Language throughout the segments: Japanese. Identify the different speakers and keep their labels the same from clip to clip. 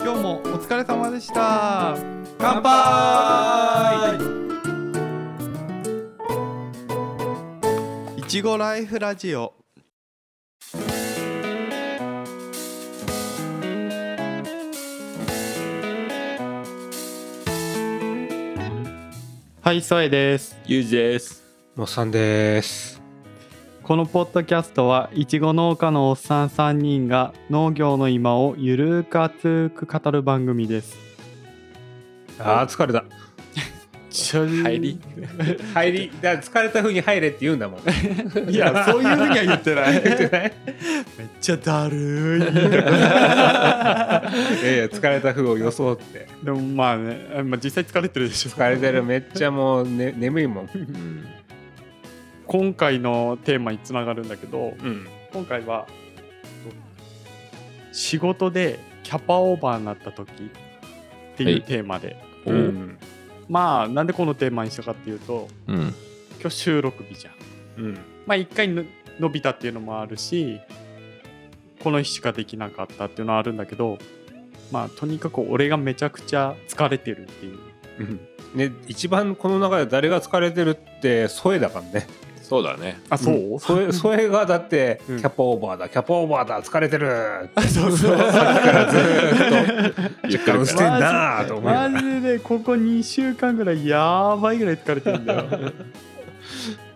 Speaker 1: 今日もお疲れ様でした乾
Speaker 2: 乾
Speaker 1: 杯いちごライフラジオはい、ソエです
Speaker 2: ゆうじです。
Speaker 3: もっさんです。
Speaker 1: このポッドキャストはいちご農家のおっさん3人が農業の今をゆるーく熱く語る番組です
Speaker 3: あー疲れた。
Speaker 2: 入り。
Speaker 3: 入り、だ疲れた風に入れって言うん だもん。
Speaker 1: い やそういうふうには言ってないめっちゃだるーい
Speaker 3: いやいや、疲れた風を装って。
Speaker 1: でもまあね、まあ、実際疲れてるでしょ
Speaker 3: 疲れてる、めっちゃもう、ね、眠いもん。
Speaker 2: うん。
Speaker 1: 今回のテーマにつながるんだけど
Speaker 3: うん。
Speaker 1: 今回は仕事でキャパオーバーになった時って
Speaker 2: はいいう
Speaker 1: テーマで、
Speaker 2: お
Speaker 3: う
Speaker 2: うん。
Speaker 3: ん。
Speaker 1: まあなんでこのテーマにしたかっていうと今日収録日じゃん
Speaker 3: うん。
Speaker 1: まあ一回の伸びたっていうのもあるしこの日しかできなかったっていうのはあるんだけどまあとにかく俺がめちゃくちゃ疲れてるっていう
Speaker 3: ね、一番この中で誰が疲れてるって、添えだからね。
Speaker 2: そうだね。
Speaker 1: あそう、
Speaker 3: ん添え、添えがだって、キ
Speaker 1: うん
Speaker 3: ャパオーバーだ、キャパオーバーだ、疲れてる。
Speaker 1: あそうそう
Speaker 3: だからずーっ
Speaker 2: 言っ
Speaker 3: と、
Speaker 2: て
Speaker 3: ダウ
Speaker 2: る
Speaker 3: ン
Speaker 2: か
Speaker 3: し
Speaker 2: ら
Speaker 3: てんなーと思うよ。
Speaker 1: マジでここ2週間ぐらいやばいぐらい疲れてるんだよ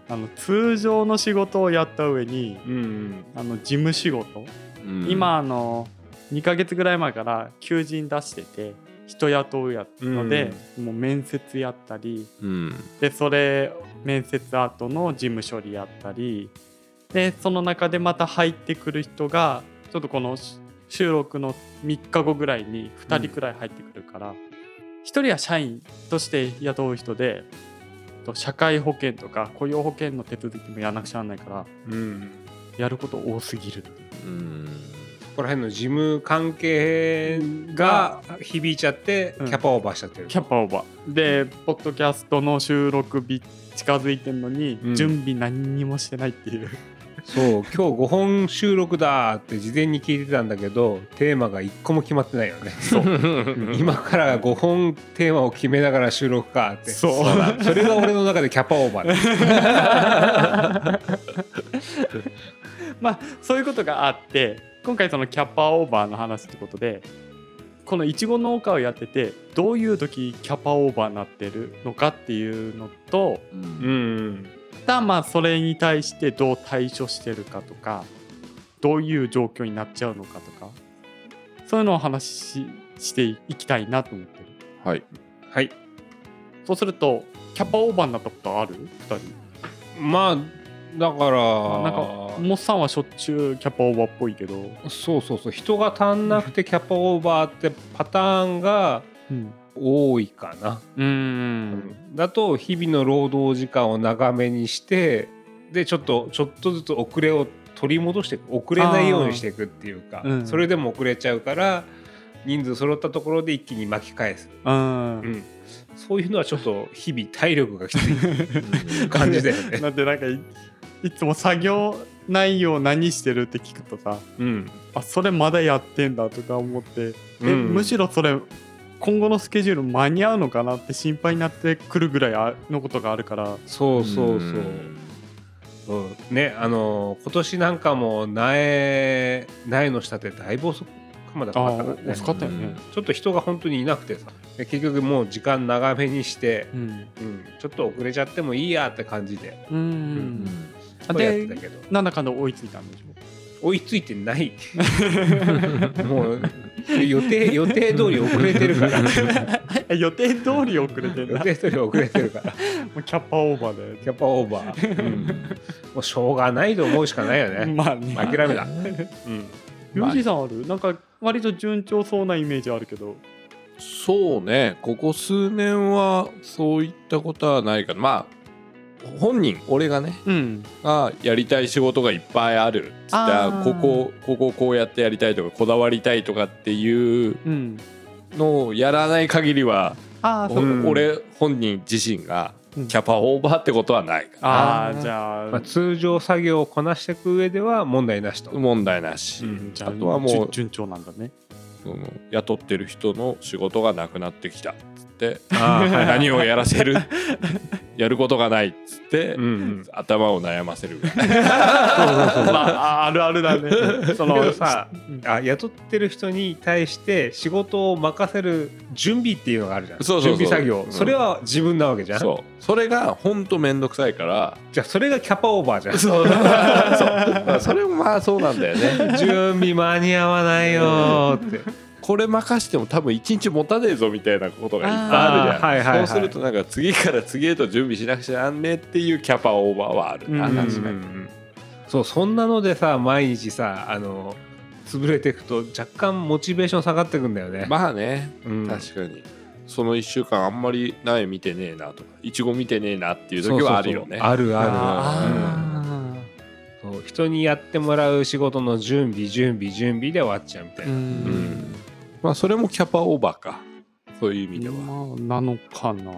Speaker 1: あの通常の仕事をやった上に
Speaker 3: うん。
Speaker 1: あの事務仕事、
Speaker 2: うん
Speaker 1: 今あの2ヶ月ぐらい前から求人出してて人雇うやつので、もう面接やったり
Speaker 2: うん。
Speaker 1: でそれ面接後の事務処理やったりでその中でまた入ってくる人がちょっとこのし収録の3日後ぐらいに2人くらい入ってくるから、1人は社員として雇う人でと社会保険とか雇用保険の手続きもやらなくちゃならないから
Speaker 3: うん。
Speaker 1: やること多すぎる
Speaker 2: うん。
Speaker 3: ここら辺の事務関係が響いちゃって、
Speaker 1: うん
Speaker 3: キャパオーバーしちゃってる。
Speaker 1: キャパオーバーでポッドキャストの収録日近づいてんのに、
Speaker 3: うん
Speaker 1: 準備何にもしてないっていう
Speaker 3: そう今日5本収録だって事前に聞いてたんだけどテーマが1個も決まってないよね今から5本テーマを決めながら収録かって
Speaker 1: そう
Speaker 3: だそれが俺の中でキャパオーバーです
Speaker 1: まあそういうことがあって今回そのキャッパーオーバーの話ってことでこのいちご農家をやっててどういう時キャッパーオーバーになってるのかっていうのと
Speaker 2: う。
Speaker 3: うんん
Speaker 1: たまあそれに対してどう対処してるかとかどういう状況になっちゃうのかとかそういうのをお話ししていきたいなと思ってる
Speaker 2: はい。
Speaker 3: はい
Speaker 1: そうするとキャッパーオーバーになったことある2人
Speaker 3: まあだから
Speaker 1: なんかモッさんはしょっちゅうキャッパーオーバーっぽいけど、
Speaker 3: そうそうそう人が足んなくてキャパオーバーってパターンが
Speaker 1: うん、
Speaker 3: 多いかな、
Speaker 1: うーん
Speaker 3: だと日々の労働時間を長めにしてでちょっとちょっとずつ遅れを取り戻していく遅れないようにしていくっていうか、
Speaker 1: あーうん
Speaker 3: それでも遅れちゃうから人数揃ったところで一気に巻き返す、
Speaker 1: うん
Speaker 3: うん、そういうのはちょっと日々体力がきつい感じだよ ね。
Speaker 1: だってなんかいいつも作業内容何してるって聞くとさ
Speaker 3: うん
Speaker 1: あそれまだやってんだとか思って、え
Speaker 3: うん
Speaker 1: むしろそれ今後のスケジュール間に合うのかなって心配になってくるぐらいあのことがあるから
Speaker 3: そうそうそう、
Speaker 2: ん
Speaker 3: うんねあのー今年なんかも苗苗の下ってだいぶ遅くまだ
Speaker 1: あ
Speaker 3: かか
Speaker 1: あ
Speaker 3: ったから
Speaker 1: 遅
Speaker 3: ね
Speaker 1: かったよね。
Speaker 3: ちょっと人が本当にいなくてさで結局もう時間長めにして
Speaker 1: うん
Speaker 3: うん、ちょっと遅れちゃってもいいやって感じで
Speaker 1: うん、
Speaker 2: うん
Speaker 1: あ
Speaker 3: やって
Speaker 1: で
Speaker 3: たけど
Speaker 1: なんだかんだ追いついたんでしょ
Speaker 3: 追いついてない もう予定予定通り遅れてるから
Speaker 1: え予定通り遅れてん
Speaker 3: 予
Speaker 1: だ
Speaker 3: 定通り遅れてるから
Speaker 1: もうキャッパーオーバーだよね
Speaker 3: キャパオーバー、うんもうしょうがないと思うしかないよね
Speaker 1: まあね
Speaker 3: 諦めだ、うん、
Speaker 1: ユージさんあるなんか割と順調そうなイメージあるけど
Speaker 2: そうね。ここ数年はそういったことはないかな。まあ本人俺がね
Speaker 1: うん
Speaker 2: がやりたい仕事がいっぱいあるっつって
Speaker 1: あー
Speaker 2: あこここここうやってやりたいとかこだわりたいとかっていう
Speaker 1: うん
Speaker 2: のをやらない限りは、
Speaker 1: ああ
Speaker 2: お
Speaker 1: そう
Speaker 3: うん
Speaker 2: 俺本人自身が
Speaker 1: うん
Speaker 2: キャパオーバーってことはないか
Speaker 1: あ
Speaker 3: あ
Speaker 1: あ
Speaker 3: ー
Speaker 1: じゃあ、
Speaker 3: まあ、通常作業をこなしていく上では問題なしと、
Speaker 2: 問題な
Speaker 3: う
Speaker 2: し、
Speaker 3: ん
Speaker 1: じゃあ
Speaker 2: あとはもう
Speaker 1: 順順調なんだね。
Speaker 2: その雇ってる人の仕事がなくなってきたっつ って
Speaker 3: あーはいはい
Speaker 2: 何をやらせる やることがないっつって、
Speaker 3: うんうん
Speaker 2: 頭を悩ませる
Speaker 1: まああるあるだね。そ
Speaker 3: け
Speaker 1: の
Speaker 3: どさあ雇ってる人に対して仕事を任せる準備っていうのがあるじゃん
Speaker 2: そうそうそう
Speaker 3: 準備作業、
Speaker 2: うん
Speaker 3: それは自分なわけじゃん
Speaker 2: そうそれがほんと面倒くさいから
Speaker 3: じゃあそれがキャパオーバーじゃん
Speaker 2: そうそうそれもまあそうなんだよね
Speaker 3: 準備間に合わないよーって
Speaker 2: これ任しても多分一日持たねえぞみたいなことがいっぱいあるじゃん、
Speaker 3: あーはいはいはい
Speaker 2: そうするとなんか次から次へと準備しなくちゃなんねえっていうキャパオーバーはあるな、
Speaker 1: うん
Speaker 2: 確かに、
Speaker 3: そうそんなのでさ毎日さあの潰れていくと若干モチベーション下がってくんだよね、
Speaker 2: まあね
Speaker 3: うん
Speaker 2: 確かにその1週間あんまり苗見てねえなとかいちご見てねえなっていう時はあるよ
Speaker 3: そうそ
Speaker 2: ね
Speaker 3: うそうあるあ
Speaker 2: あ
Speaker 1: あ
Speaker 3: る、うんそう人にやってもらう仕事の準備準備準備で終わっちゃうみたい
Speaker 1: ーう。
Speaker 3: な、
Speaker 2: うんんまあそれもキャパオーバーかそういう意味では、
Speaker 1: まあなのかな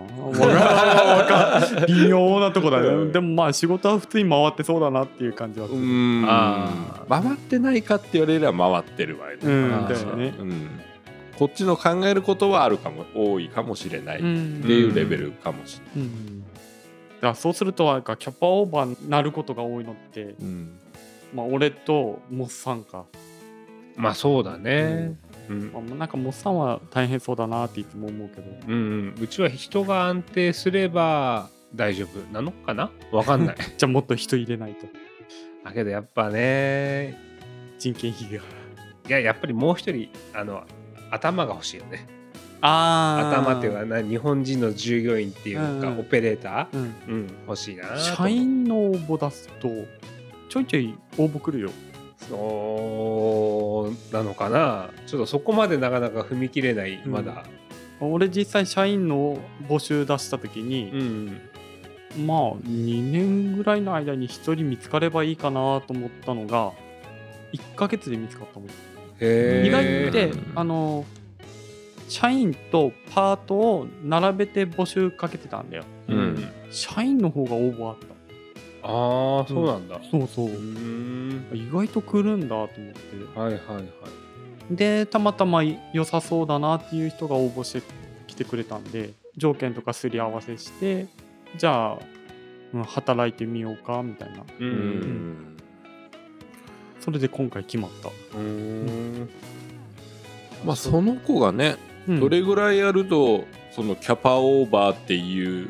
Speaker 1: わかんない微妙なとこだ
Speaker 2: う
Speaker 1: ね
Speaker 2: ん
Speaker 1: でもまあ仕事は普通に回ってそうだなっていう感じはす
Speaker 2: う
Speaker 1: る
Speaker 2: ん
Speaker 3: あ
Speaker 2: 回ってないかって言われれば回ってる場合
Speaker 1: うん
Speaker 3: あー
Speaker 1: だよね
Speaker 2: うんこっちの考えることはあるかも多いかもしれないっ
Speaker 1: う
Speaker 2: て
Speaker 1: ん
Speaker 2: いうレベルかもしれな
Speaker 1: う
Speaker 2: い、
Speaker 1: んだからそうするとなんかキャパオーバーになることが多いのって、
Speaker 2: うん
Speaker 1: まあ、俺とモスさんか、
Speaker 3: まあそうだね、うん
Speaker 1: まあ、なんかモスさんは大変そうだなっていつも思うけど
Speaker 3: うんうんうちは人が安定すれば大丈夫なのかなわか んない
Speaker 1: じゃあもっと人入れないと
Speaker 3: だけどやっぱね
Speaker 1: 人件費が
Speaker 3: いややっぱりもう一人あの頭が欲しいよね
Speaker 1: あ
Speaker 3: 頭っていうかな日本人の従業員っていうか、
Speaker 1: うんうん
Speaker 3: オペレーター、
Speaker 1: うん、
Speaker 3: うん、欲しいなと
Speaker 1: 社員の応募出すとちょいちょい応募来るよ
Speaker 3: そうなのかなちょっとそこまでなかなか踏み切れない
Speaker 1: ん
Speaker 3: まだ、
Speaker 1: 俺実際社員の募集出した時
Speaker 3: うん
Speaker 1: に、まあ2年ぐらいの間に1人見つかればいいかなと思ったのが1ヶ月で見つかったもん
Speaker 3: へー
Speaker 1: 意外っ
Speaker 2: で
Speaker 1: てあの社員とパートを並べて募集かけてたんだよ
Speaker 3: うん
Speaker 2: うん
Speaker 1: 社員の方が応募あった
Speaker 3: ああそうなんだ
Speaker 1: そうそうう
Speaker 3: ーん
Speaker 1: 意外と来るんだと思って
Speaker 3: はいはいはい
Speaker 1: でたまたま良さそうだなっていう人が応募してきてくれたんで条件とかすり合わせしてじゃあ、うん、働いてみようかみたいな
Speaker 3: う
Speaker 2: うんん
Speaker 1: それで今回決まった、
Speaker 3: うん
Speaker 2: まあその子がね
Speaker 1: うん
Speaker 2: どれぐらいやるとそのキャパオーバーっていう、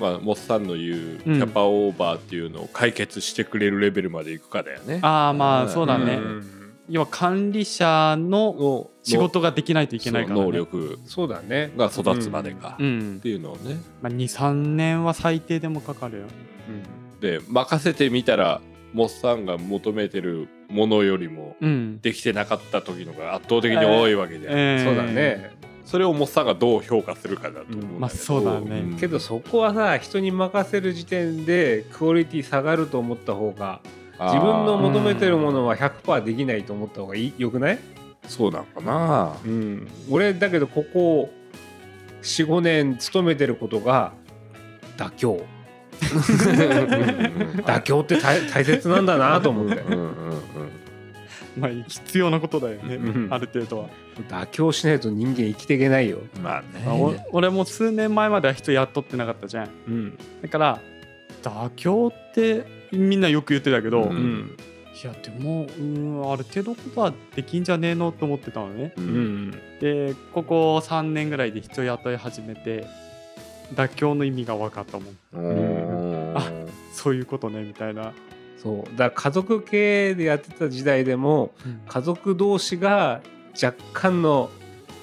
Speaker 2: まあ、モッさんの言うキ
Speaker 1: うん
Speaker 2: ャパオーバーっていうのを解決してくれるレベルまでいくかだよね。
Speaker 1: ああまあそうだね、
Speaker 3: うん
Speaker 1: 要は管理者の
Speaker 2: の
Speaker 1: 仕事ができないといけないから、ね、
Speaker 2: そう能力
Speaker 3: そうだね
Speaker 2: が育つまでか、
Speaker 1: う
Speaker 2: っ
Speaker 1: ん
Speaker 2: ていうのをね
Speaker 1: まあ、23年は最低でもかかるよ
Speaker 3: うん
Speaker 2: で任せてみたらモッさんが求めてるものよりも
Speaker 1: うん
Speaker 2: できてなかった時のが圧倒的に多いわけじゃん、
Speaker 1: えー
Speaker 3: そうだね
Speaker 2: それをモッさんがどう評価するかだと思うんだけど、
Speaker 3: うん
Speaker 1: まあそうだね
Speaker 2: ん
Speaker 3: けどそこはさ人に任せる時点でクオリティ下がると思った方が自分の
Speaker 2: あー
Speaker 3: 求めてるものは100%できないと思った方がいいよくない
Speaker 2: そうなの かな
Speaker 3: うん、俺だけどここ45年勤めてることが妥協妥協って大大切なんだなと思 って
Speaker 2: うんうんうん
Speaker 1: まあ必要なことだよね、
Speaker 3: うん
Speaker 1: ある程度は、
Speaker 3: 妥協しないと人間生きていけないよ、
Speaker 2: まあ
Speaker 1: まあお俺も数年前までは人雇ってなかったじゃん
Speaker 3: うん
Speaker 1: だから妥協ってみんなよく言ってたけど、
Speaker 2: う
Speaker 3: うん
Speaker 1: い
Speaker 3: ん
Speaker 2: ん
Speaker 1: やでもうーんある程度のことはできんじゃねえのと思ってたのね
Speaker 2: う
Speaker 3: うんん、
Speaker 1: でここ3年ぐらいで人雇い始めて妥協の意味が分かったもん
Speaker 2: うん
Speaker 1: あそういうことねみたいな、
Speaker 3: そうだから家族経営でやってた時代でも家族同士が若干の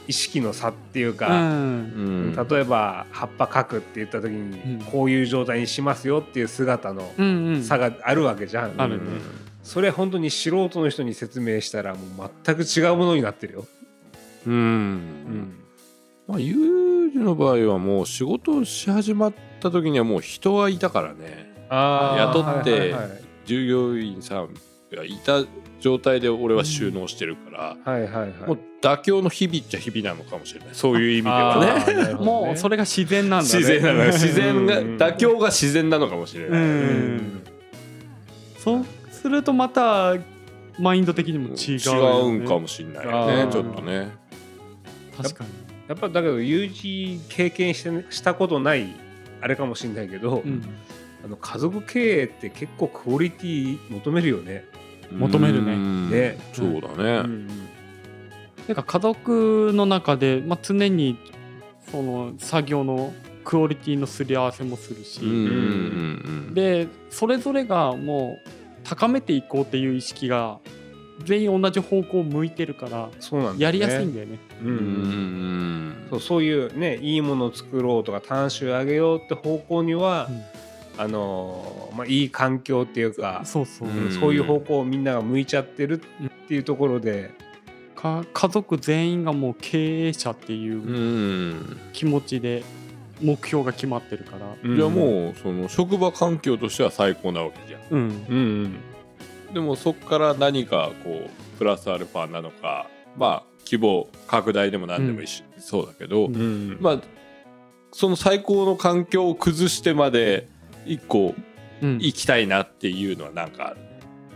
Speaker 3: 意識の差っていう
Speaker 1: う
Speaker 3: か、
Speaker 1: ん
Speaker 2: うん
Speaker 3: 例えば葉っぱ描くって言った時に、
Speaker 1: うん
Speaker 3: こういう状態にしますよっていう姿の
Speaker 1: うんうん
Speaker 3: 差があるわけじゃん、
Speaker 1: あるね
Speaker 3: それ本当に素人の人に説明したらもう全く違うものになってるよ。
Speaker 2: うん、まあ有事の場合はもう仕事をし始まった時にはもう人はいたからね
Speaker 3: あー
Speaker 2: 雇って
Speaker 3: はいはい
Speaker 2: 従業員さんがいた状態で俺は収納してるから、
Speaker 3: はいはいはい
Speaker 2: もう妥協の日々っちゃ日々なのかもしれないそういう意味で
Speaker 3: あ
Speaker 2: はね
Speaker 3: ーなるほど ね
Speaker 1: もうそれが自然なんだね
Speaker 2: 自然なのよ自然が
Speaker 3: うんうんうん
Speaker 2: 妥協が自然なのかもしれない、
Speaker 1: うんそうするとまたマインド的にも違う、ね、
Speaker 2: 違うんかもしれないよ
Speaker 3: あ
Speaker 2: ね
Speaker 3: ー
Speaker 2: ちょっとね
Speaker 1: 確かに
Speaker 3: やっぱだけど UG 経験してしたことないあれかもしれないけど、
Speaker 1: うん
Speaker 3: あの家族経営って結構クオリティ求めるよね。
Speaker 1: 求めるね
Speaker 2: うん
Speaker 3: ね
Speaker 2: そうだね。
Speaker 1: なんか家族の中で、まあ、常にその作業のクオリティのすり合わせもするし、
Speaker 2: うんうん
Speaker 1: でそれぞれがもう高めていこうっていう意識が全員同じ方向を向いてるから
Speaker 3: そうなんだ
Speaker 1: や
Speaker 3: よね
Speaker 1: りやすいんだよね。
Speaker 3: うん
Speaker 2: うんうん
Speaker 3: うん
Speaker 2: うん
Speaker 3: そうそういうねいいものを作ろうとか短所上げようって方向には、
Speaker 1: うん
Speaker 3: あのーまあ、いい環境っていうか、
Speaker 1: そうそう、
Speaker 2: う
Speaker 3: うん
Speaker 2: ん
Speaker 3: そういう方向をみんなが向いちゃってるっていうところで、
Speaker 1: か家族全員がもう経営者っていううん気持ちで目標が決まってるから、
Speaker 2: うん
Speaker 3: い
Speaker 2: じゃ
Speaker 3: や
Speaker 2: あもうその職場環境としては最高なわけじゃん。
Speaker 1: うん
Speaker 3: うん、うん
Speaker 2: でもそこから何かこうプラスアルファなのかまあ規模拡大でも何でもいいし、そうだけど、
Speaker 1: うん
Speaker 3: うん
Speaker 2: まあその最高の環境を崩してまで一個
Speaker 1: うん
Speaker 2: 行きたいなっていうのはなんかある、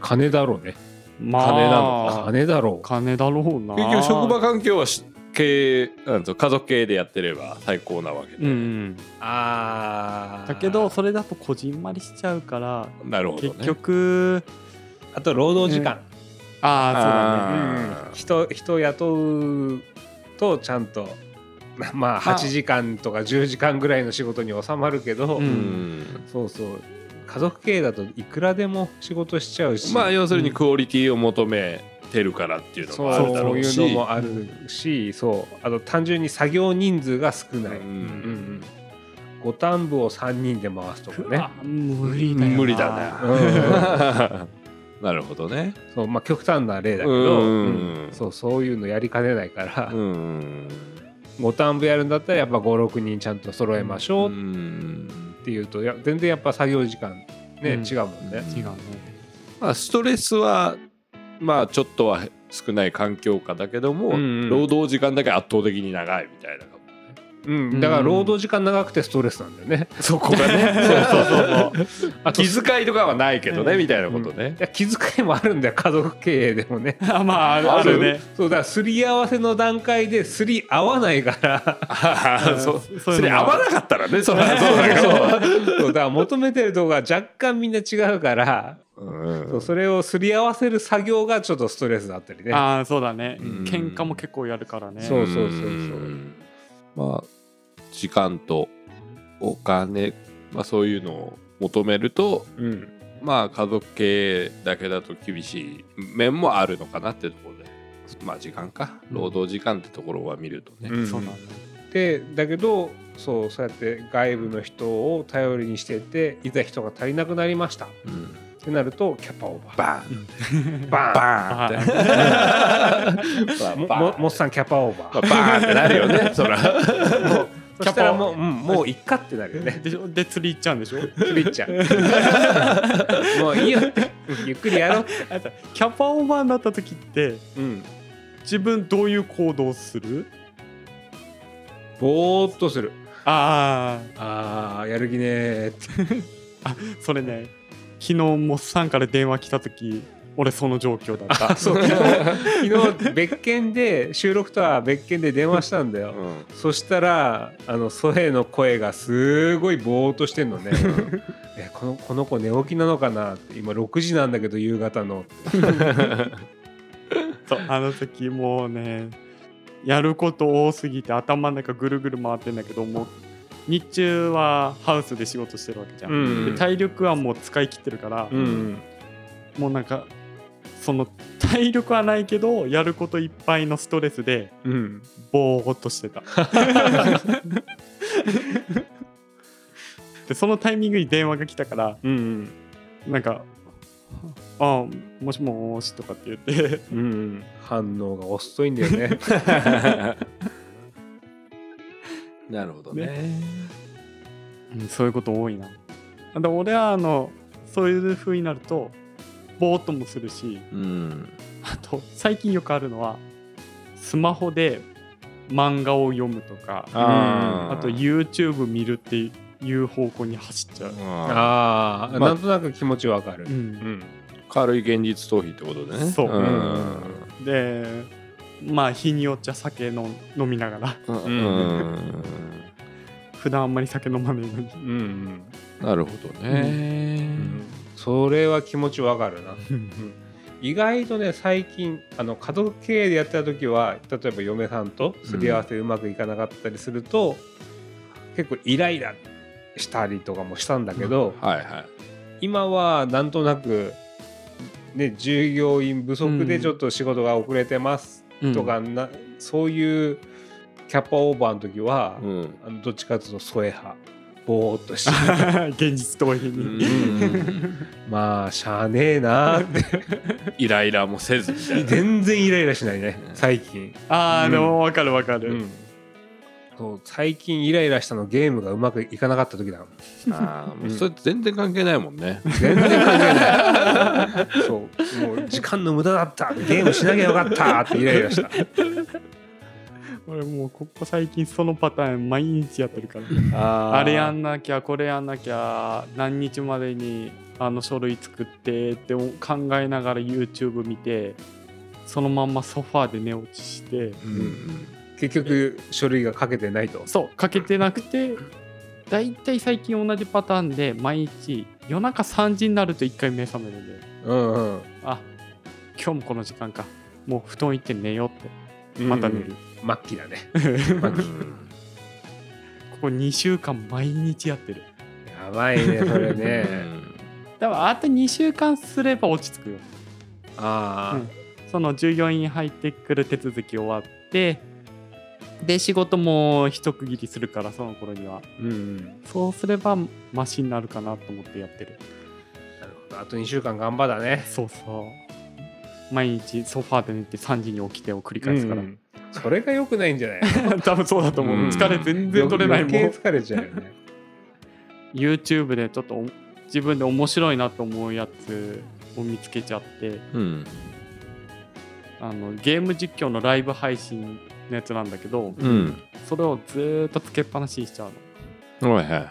Speaker 3: 金だろうね
Speaker 1: まあ、
Speaker 2: 金な
Speaker 3: 金だろ
Speaker 1: 金だろうな
Speaker 2: 結局職場環境はし経営なんつうの家族経営でやってれば最高なわけ
Speaker 1: う
Speaker 2: で、
Speaker 1: ん、
Speaker 3: うあー
Speaker 1: だけどそれだとこじんまりしちゃうから、
Speaker 2: なるほどね
Speaker 1: 結局
Speaker 3: あと労働時間、
Speaker 1: ああ
Speaker 3: う
Speaker 2: あ
Speaker 3: ん人人雇うとちゃんとままあ
Speaker 1: まあ
Speaker 3: 8時間とか10時間ぐらいの仕事に収まるけど、
Speaker 1: う
Speaker 2: うん
Speaker 3: そうそう家族経営だといくらでも仕事しちゃうし、
Speaker 2: まあ要するにクオリティを求めてるからっていうの
Speaker 3: そう
Speaker 2: もあるだ
Speaker 3: そ
Speaker 2: ろ
Speaker 3: う
Speaker 2: う
Speaker 3: い
Speaker 2: し
Speaker 3: うのもあるし、そうあと単純に作業人数が少ない、
Speaker 2: う
Speaker 3: うんんうん五反部を3人で回すとか
Speaker 1: そうだね、
Speaker 3: ね、
Speaker 1: うわ無理だよな
Speaker 2: 無理だな、なるほどね
Speaker 3: そうまあ、極端な例だけ
Speaker 2: う
Speaker 3: ど、
Speaker 2: ん
Speaker 3: うんそうそういうのやりかねないから、
Speaker 2: うん
Speaker 3: 五反部やるんだったらやっぱ56人ちゃんと揃えましょうっていうと、いや全然やっぱ作業時間ね、
Speaker 1: うん
Speaker 3: 違うもんね。
Speaker 1: 違うね
Speaker 2: まあ、ストレスはまあちょっとは少ない環境下だけども、
Speaker 3: うんうん
Speaker 2: 労働時間だけ圧倒的に長いみたいな
Speaker 3: うん、だから労働時間長くてストレスなんだよね。
Speaker 2: そこが ねそうそうそうそう
Speaker 3: あと
Speaker 2: 気遣いとかはないけどね、
Speaker 1: うん
Speaker 2: みたいなことね
Speaker 3: い、や気遣いもあるんだよ家族経営でもね
Speaker 1: あまあある
Speaker 2: あ
Speaker 1: あ
Speaker 2: る
Speaker 1: るね
Speaker 3: そうだからすり合わせの段階ですり合わないから
Speaker 2: あーそう
Speaker 1: うんそ
Speaker 2: そ
Speaker 1: ういうのも
Speaker 2: れ合わなかったらねそりゃそうだけど
Speaker 3: そうだから求めてるとこが若干みんな違うから、
Speaker 2: うん
Speaker 3: そうそれをすり合わせる作業がちょっとストレスだったりね
Speaker 1: ああそうだね、
Speaker 2: うん
Speaker 1: 喧嘩も結構やるからね
Speaker 3: そうそうそうそう
Speaker 2: うんまあ時間とお金、まあ、そういうのを求めると
Speaker 3: うん
Speaker 2: まあ家族経営だけだと厳しい面もあるのかなってところでまあ時間か労働時間ってところは見るとね、
Speaker 3: うん
Speaker 1: そうだね
Speaker 3: でだけどそうそうやって外部の人を頼りにしてていざ人が足りなくなりましたっ
Speaker 2: うん
Speaker 3: てなるとキャパオーバ
Speaker 2: バーン
Speaker 3: ーバーン
Speaker 2: バーンって バ
Speaker 3: も
Speaker 2: バーン
Speaker 3: ももっさんキャパオーバ
Speaker 2: まあバーンってなるよねそら
Speaker 3: ーもう
Speaker 1: キャ
Speaker 3: そ
Speaker 1: パ
Speaker 3: したらもう、うん、もういっかってなるよ ね
Speaker 1: でしょで釣り行っちゃうんでしょ
Speaker 3: クリッチャー もういいよってゆっくりやろうって、
Speaker 1: あとキャパオーバーになった時って
Speaker 3: うん、
Speaker 1: 自分どういう行動する
Speaker 3: ぼーっとする
Speaker 1: あ
Speaker 3: あーやる気ねーって
Speaker 1: あそれね昨日モッサンから電話来た時俺その状況だった
Speaker 3: あそう昨日 昨日別件で収録とは別件で電話したんだよ
Speaker 2: うん
Speaker 3: そしたらあのソヘイの声がすごいぼーっとしてんのねえこのこの子寝起きなのかなって今6時なんだけど夕方の
Speaker 1: そうあの時もうねやること多すぎて頭の中ぐるぐる回ってんだけどもう日中はハウスで仕事してるわけじゃん、
Speaker 3: うん
Speaker 1: で体力はもう使い切ってるから、
Speaker 3: うん
Speaker 1: もうなんかその体力はないけどやることいっぱいのストレスで
Speaker 3: うん
Speaker 1: ぼーっとしてた でそのタイミングに電話が来たから
Speaker 3: うん
Speaker 1: なんか「あもしもーし」とかって言って
Speaker 3: うん反応が遅いんだよね
Speaker 2: なるほどね
Speaker 1: うんそういうこと多いな。で俺はあのそういう風になるとぼーっともするし
Speaker 2: うん
Speaker 1: あと最近よくあるのはスマホで漫画を読むとかあ
Speaker 2: あー
Speaker 1: と YouTube 見るっていう方向に走っちゃう。
Speaker 2: あ
Speaker 3: ああ、
Speaker 2: まあ
Speaker 3: なんとなく気持ちわかる、
Speaker 1: うん
Speaker 3: うん
Speaker 2: ー軽い現実逃避ってことでね
Speaker 1: そう
Speaker 2: うん
Speaker 1: でまあ日によっちゃ酒の飲みながら
Speaker 2: うん
Speaker 3: ん
Speaker 1: 普段あんまり酒飲まないのに
Speaker 3: うんうん
Speaker 2: なるほどね。
Speaker 3: それは気持ちわかるな
Speaker 1: うん
Speaker 3: 意外とね最近あの家族経営でやってた時は例えば嫁さんとすり合わせうまくいかなかったりすると、結構イライラしたりとかもしたんだけど、
Speaker 2: はいはい。
Speaker 3: 今はなんとなく、ね、従業員不足
Speaker 1: う
Speaker 3: で
Speaker 1: ん
Speaker 3: ちょっと仕事が遅れてますとかな、そういうキャパオーバーの時は、
Speaker 2: うん。
Speaker 3: あのどっちかというと添え派ぼーっとして
Speaker 1: 現実逃避
Speaker 2: う
Speaker 1: に、
Speaker 2: ん
Speaker 3: まあしゃあねえなーって
Speaker 2: イライラもせずみたいな。
Speaker 3: 全然イライラしないね最近。
Speaker 1: ああ
Speaker 3: うん
Speaker 1: でも分かる分かる、
Speaker 3: うん、そう最近イライラしたのゲームがうまくいかなかった時だもん
Speaker 2: あーもうそれ全然関係ないもんね。
Speaker 3: 全然関係ない そうもう時間の無駄だったゲームしなきゃよかったってイライラした
Speaker 1: 俺もうここ最近そのパターン毎日やってるから
Speaker 3: あ
Speaker 1: あれやんなきゃこれやんなきゃ何日までにあの書類作ってって考えながら YouTube 見てそのまんまソファーで寝落ちして
Speaker 2: うん
Speaker 3: 結局書類が書けてないと
Speaker 1: そうかけてなくてだいたい最近同じパターンで毎日夜中3時になると1回目覚めるんで
Speaker 3: うんうん
Speaker 1: あ今日もこの時間かもう布団行って寝ようっ
Speaker 3: う
Speaker 1: て
Speaker 3: ん
Speaker 1: また寝る、
Speaker 3: 末期だね
Speaker 2: う
Speaker 3: 末期
Speaker 2: ん
Speaker 1: ここ2週間毎日やってる
Speaker 3: やばいねそれね
Speaker 1: だからあと2週間すれば落ち着くよ
Speaker 3: あ
Speaker 1: その従業員入ってくる手続き終わってで仕事も一区切りするからその頃には
Speaker 3: あうん、うん
Speaker 1: そうすればマシになるかなと思ってやってる
Speaker 3: なるほどあと2週間頑張だね
Speaker 1: そうそう毎日ソファーで寝て3時に起きてを繰り返すから、
Speaker 3: うんそれがよくないんじゃ ない
Speaker 1: 多分そうだと思う、
Speaker 2: うん
Speaker 1: 疲れ全然取れないも
Speaker 3: 余
Speaker 1: ん
Speaker 3: 計疲れちゃうよね
Speaker 1: YouTube でちょっとお自分で面白いなと思うやつを見つけちゃって
Speaker 2: うん
Speaker 1: あのゲーム実況のライブ配信のやつなんだけど
Speaker 2: うん
Speaker 1: それをずーっとつけっぱなしにしちゃうの
Speaker 2: はいはいは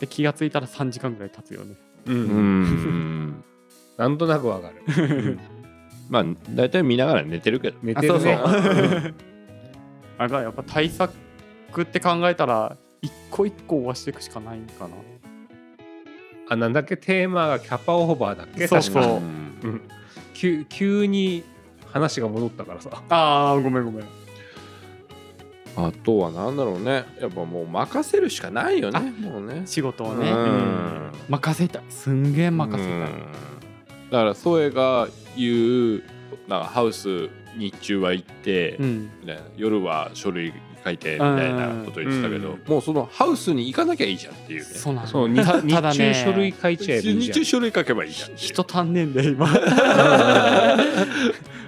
Speaker 1: で気がついたら3時間ぐらい経つよね
Speaker 3: うん、
Speaker 2: い。う
Speaker 3: うん、
Speaker 2: ん。
Speaker 3: なんとなくわかる
Speaker 2: まあ大体見ながら寝てるけど。
Speaker 3: 寝てるね
Speaker 1: ああがやっぱ対策って考えたら一個一個終わしていくしかないんかな
Speaker 3: あなんだっけテーマがキャパオーバーだっけ
Speaker 1: そう
Speaker 3: 確か
Speaker 1: そう
Speaker 2: うん
Speaker 3: うん急急に話が戻ったからさ
Speaker 1: あーごめんごめん
Speaker 2: あとはなんだろうね。やっぱもう任せるしかないよね。
Speaker 1: あ
Speaker 2: もうね。
Speaker 1: 仕事を
Speaker 2: う
Speaker 1: ね
Speaker 2: ん
Speaker 1: 任せたいすんげえ任せたい
Speaker 2: だからソエが言うなんかハウス日中は行って、
Speaker 1: うん
Speaker 2: みたいな夜は書類書いてみたいなこと言ってたけ
Speaker 3: う
Speaker 2: ど、
Speaker 3: ん
Speaker 2: もうそのハウスに行かなきゃいいじゃんっていうね
Speaker 1: そうな
Speaker 3: そう
Speaker 1: の
Speaker 3: に
Speaker 1: た
Speaker 3: 日
Speaker 1: ただ
Speaker 3: 中
Speaker 1: ね
Speaker 3: 書類書いちゃえばいいじ
Speaker 2: 日
Speaker 3: ゃ
Speaker 2: 中
Speaker 3: ん
Speaker 2: 書類書けばいいじゃんっていう
Speaker 1: 人足んねえんだよ今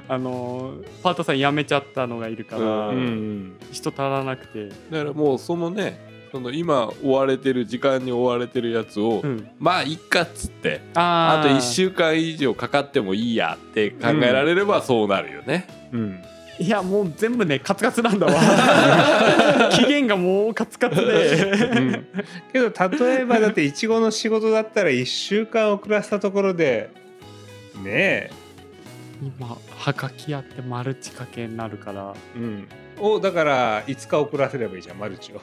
Speaker 1: あのーパートさん辞めちゃったのがいるから、
Speaker 3: う
Speaker 2: う
Speaker 3: んん
Speaker 1: 人足らなくて、
Speaker 2: だからもうそのねその今追われてる時間に追われてるやつを、
Speaker 1: うん、
Speaker 2: まあいっかっつって
Speaker 1: あ
Speaker 2: あと1週間以上かかってもいいやって考えられればそうなるよね、
Speaker 3: うん
Speaker 1: いやもう全部ねカツカツなんだわ期限がもうカツカツ
Speaker 3: う
Speaker 1: で
Speaker 3: んけど例えばだっていちごの仕事だったら1週間遅らせたところでね
Speaker 1: 今はがきやってマルチ掛けになるから
Speaker 3: え、うん、をだから5日遅らせればいいじゃんマルチを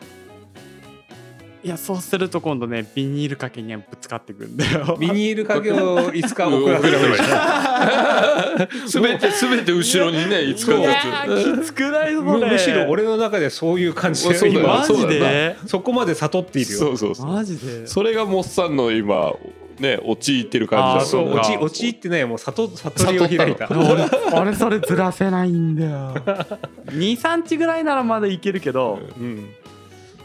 Speaker 1: いやそうすると今度ねビニール掛けにぶつかってくるんだよ
Speaker 3: ビニール掛けを5日遅らせればいいじゃん
Speaker 2: すべてすべて後ろにね5日ず
Speaker 1: いや
Speaker 2: つ
Speaker 1: ーきつくないそ
Speaker 3: む
Speaker 1: れ
Speaker 3: むしろ俺の中でそういう感じ
Speaker 2: そ
Speaker 3: で
Speaker 2: うだよ
Speaker 3: 今
Speaker 1: マジ
Speaker 2: そうだ
Speaker 1: で
Speaker 3: そこまで悟っているよ
Speaker 2: そうそうそう
Speaker 1: マジで
Speaker 2: それがモッサンの今ね陥ってる感
Speaker 1: あ
Speaker 2: じだ
Speaker 3: そう
Speaker 1: そうか
Speaker 3: 落ち陥ってないもう悟悟りを開いた
Speaker 2: 悟った
Speaker 3: うん
Speaker 1: 俺俺それずらせないんだよ23日ぐらいならまだいけるけど、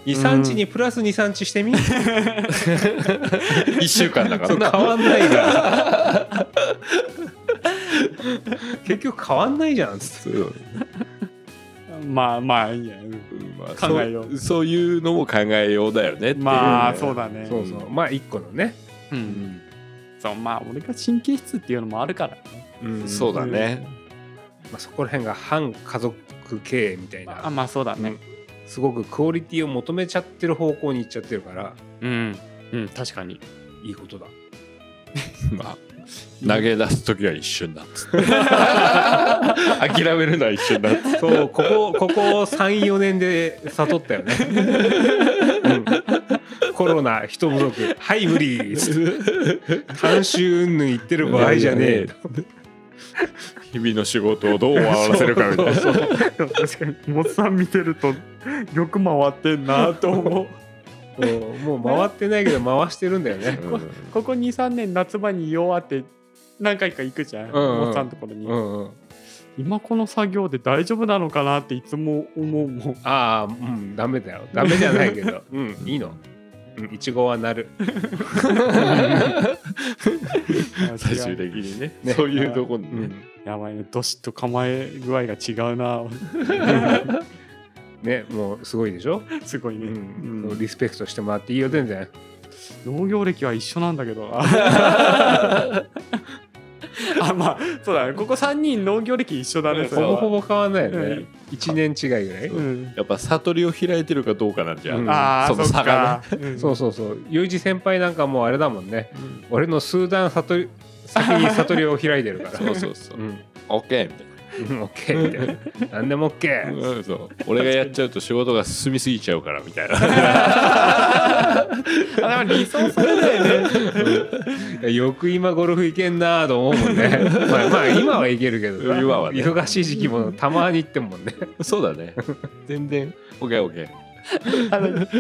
Speaker 3: 23日にプラス23日してみ、
Speaker 2: 1週間だか
Speaker 3: そ
Speaker 2: ら
Speaker 3: う
Speaker 2: な
Speaker 3: 変わんないから結局変わんないじゃんつって
Speaker 2: そう
Speaker 1: まあまあいいやうん
Speaker 2: まあ
Speaker 1: 考えよう
Speaker 2: そうそういうのも考えようだよねっていうね
Speaker 1: まあそうだね
Speaker 3: そうそうまあ一個のね、
Speaker 1: う
Speaker 2: うんん
Speaker 1: そうまあ俺が神経質っていうのもあるからね
Speaker 2: そうだね
Speaker 3: まあ、そこら辺が反家族経営みたいな、
Speaker 1: あまあそうだね
Speaker 3: すごくクオリティを求めちゃってる方向に行っちゃってるから
Speaker 1: うん、うん、確かに
Speaker 3: いいことだ
Speaker 2: まあ投げ出す時は一瞬だっつって諦めるのは一瞬だっつって
Speaker 3: そうここここ34年で悟ったよね、うんコロナ人不足はい無理監修云々言ってる場合じゃねえ
Speaker 2: 日々の仕事をどう終わらせるかみたいな
Speaker 1: そう確かにモッさん見てるとよく回ってんなと思う
Speaker 3: もうもう回ってないけど回してるんだよね
Speaker 2: うん
Speaker 1: ここ23年夏場に弱って何回か行くじゃん、
Speaker 3: うんうん
Speaker 1: モッさんのところに、
Speaker 3: うん、うん、
Speaker 1: 今この作業で大丈夫なのかなっていつも思うもん
Speaker 3: ああうんダメだよダメじゃないけどうんいいのうんいちごはなる
Speaker 2: 最終的にね
Speaker 3: ね
Speaker 2: そういうとこ
Speaker 3: う
Speaker 2: にね、
Speaker 3: ん
Speaker 1: やばいねどしっと構え具合が違うな
Speaker 3: ねもうすごいでしょ、
Speaker 1: すごいうね、
Speaker 3: ん
Speaker 1: うん
Speaker 3: リスペクトしてもらっていいよ全然
Speaker 1: 農業歴は一緒なんだけど なあまあそうだねここ3人農業歴一緒だねそ
Speaker 3: ほ
Speaker 1: れ
Speaker 3: ぼ
Speaker 1: は
Speaker 3: ほぼ変わんないよね、
Speaker 1: うん
Speaker 3: 1年違いぐらい、
Speaker 1: うん
Speaker 2: やっぱ悟りを開いてるかどうかなんじゃん、
Speaker 3: うん
Speaker 1: ああ
Speaker 2: そ
Speaker 1: そ
Speaker 2: の
Speaker 1: っ
Speaker 2: 差が
Speaker 1: か、うん
Speaker 3: そうそうそうユージ先輩なんかもうあれだもんね
Speaker 1: うん
Speaker 3: 俺の数段悟り先に悟りを開いてる から
Speaker 2: そうそうそう
Speaker 3: うん
Speaker 2: オッケーみたい
Speaker 3: うんオッケーみたいな何でもオッケ
Speaker 2: な、
Speaker 3: ー
Speaker 2: うんそう俺がやっちゃうと仕事が進みすぎちゃうからみたいな
Speaker 1: あでも理想それだよね
Speaker 3: よく今ゴルフ行けんなーと思うも んねまあまあ今は行けるけどさ
Speaker 2: 今はね
Speaker 3: 忙しい時期もたまに行ってんもんね
Speaker 2: そうだね全然オッケーオッケ
Speaker 1: あの
Speaker 3: じ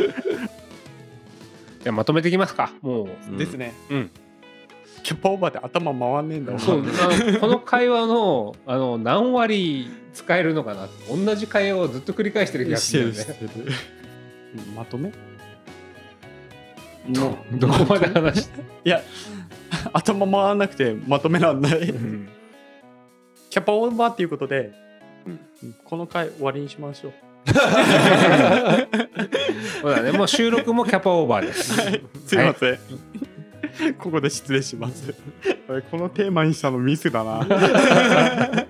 Speaker 3: ゃあまとめていきますかもう
Speaker 2: ー
Speaker 1: ですね
Speaker 3: うん
Speaker 1: キャパオーバーで頭回んねえんだわ
Speaker 3: そうあのこの会話のあの何割使えるのかなって同じ会話をずっと繰り返してる気がするよ ね
Speaker 1: してるうんまとめ
Speaker 3: どこまで話して、
Speaker 1: 頭回らなくてまとめらんない
Speaker 3: うん
Speaker 1: キャパオーバーっていうことで、
Speaker 2: うん
Speaker 1: この回終わりにしましょう
Speaker 3: そうだねもう収録もキャパオーバーです
Speaker 1: すいません、ここで失礼します俺このテーマにしたのミスだな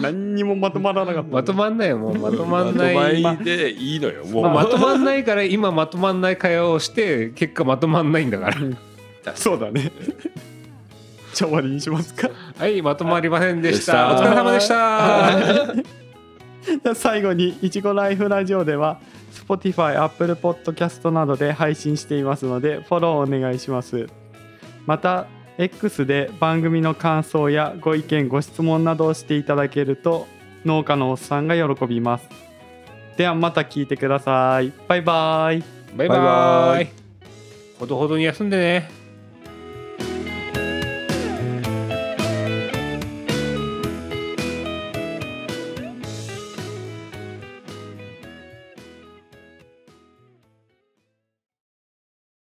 Speaker 1: 何にもまとまらなかった
Speaker 3: まとまんないよもうまとまんない
Speaker 2: まとまりでいいのよもう、
Speaker 3: まあまとまんないから今まとまんない会話をして結果まとまんないんだから
Speaker 1: そうだねじゃあ終わりにしますか
Speaker 3: はいまとまりませんでした
Speaker 2: で
Speaker 3: お
Speaker 2: した
Speaker 3: 疲れ様でした
Speaker 1: 最後にいちごライフラジオでは Spotify、Apple Podcast などで配信していますのでフォローお願いしますまた X で番組の感想やご意見ご質問などをしていただけると農家のおっさんが喜びますではまた聞いてくださいバイバイ
Speaker 3: バイバイ
Speaker 1: バイバ
Speaker 3: ほどほどに休んでね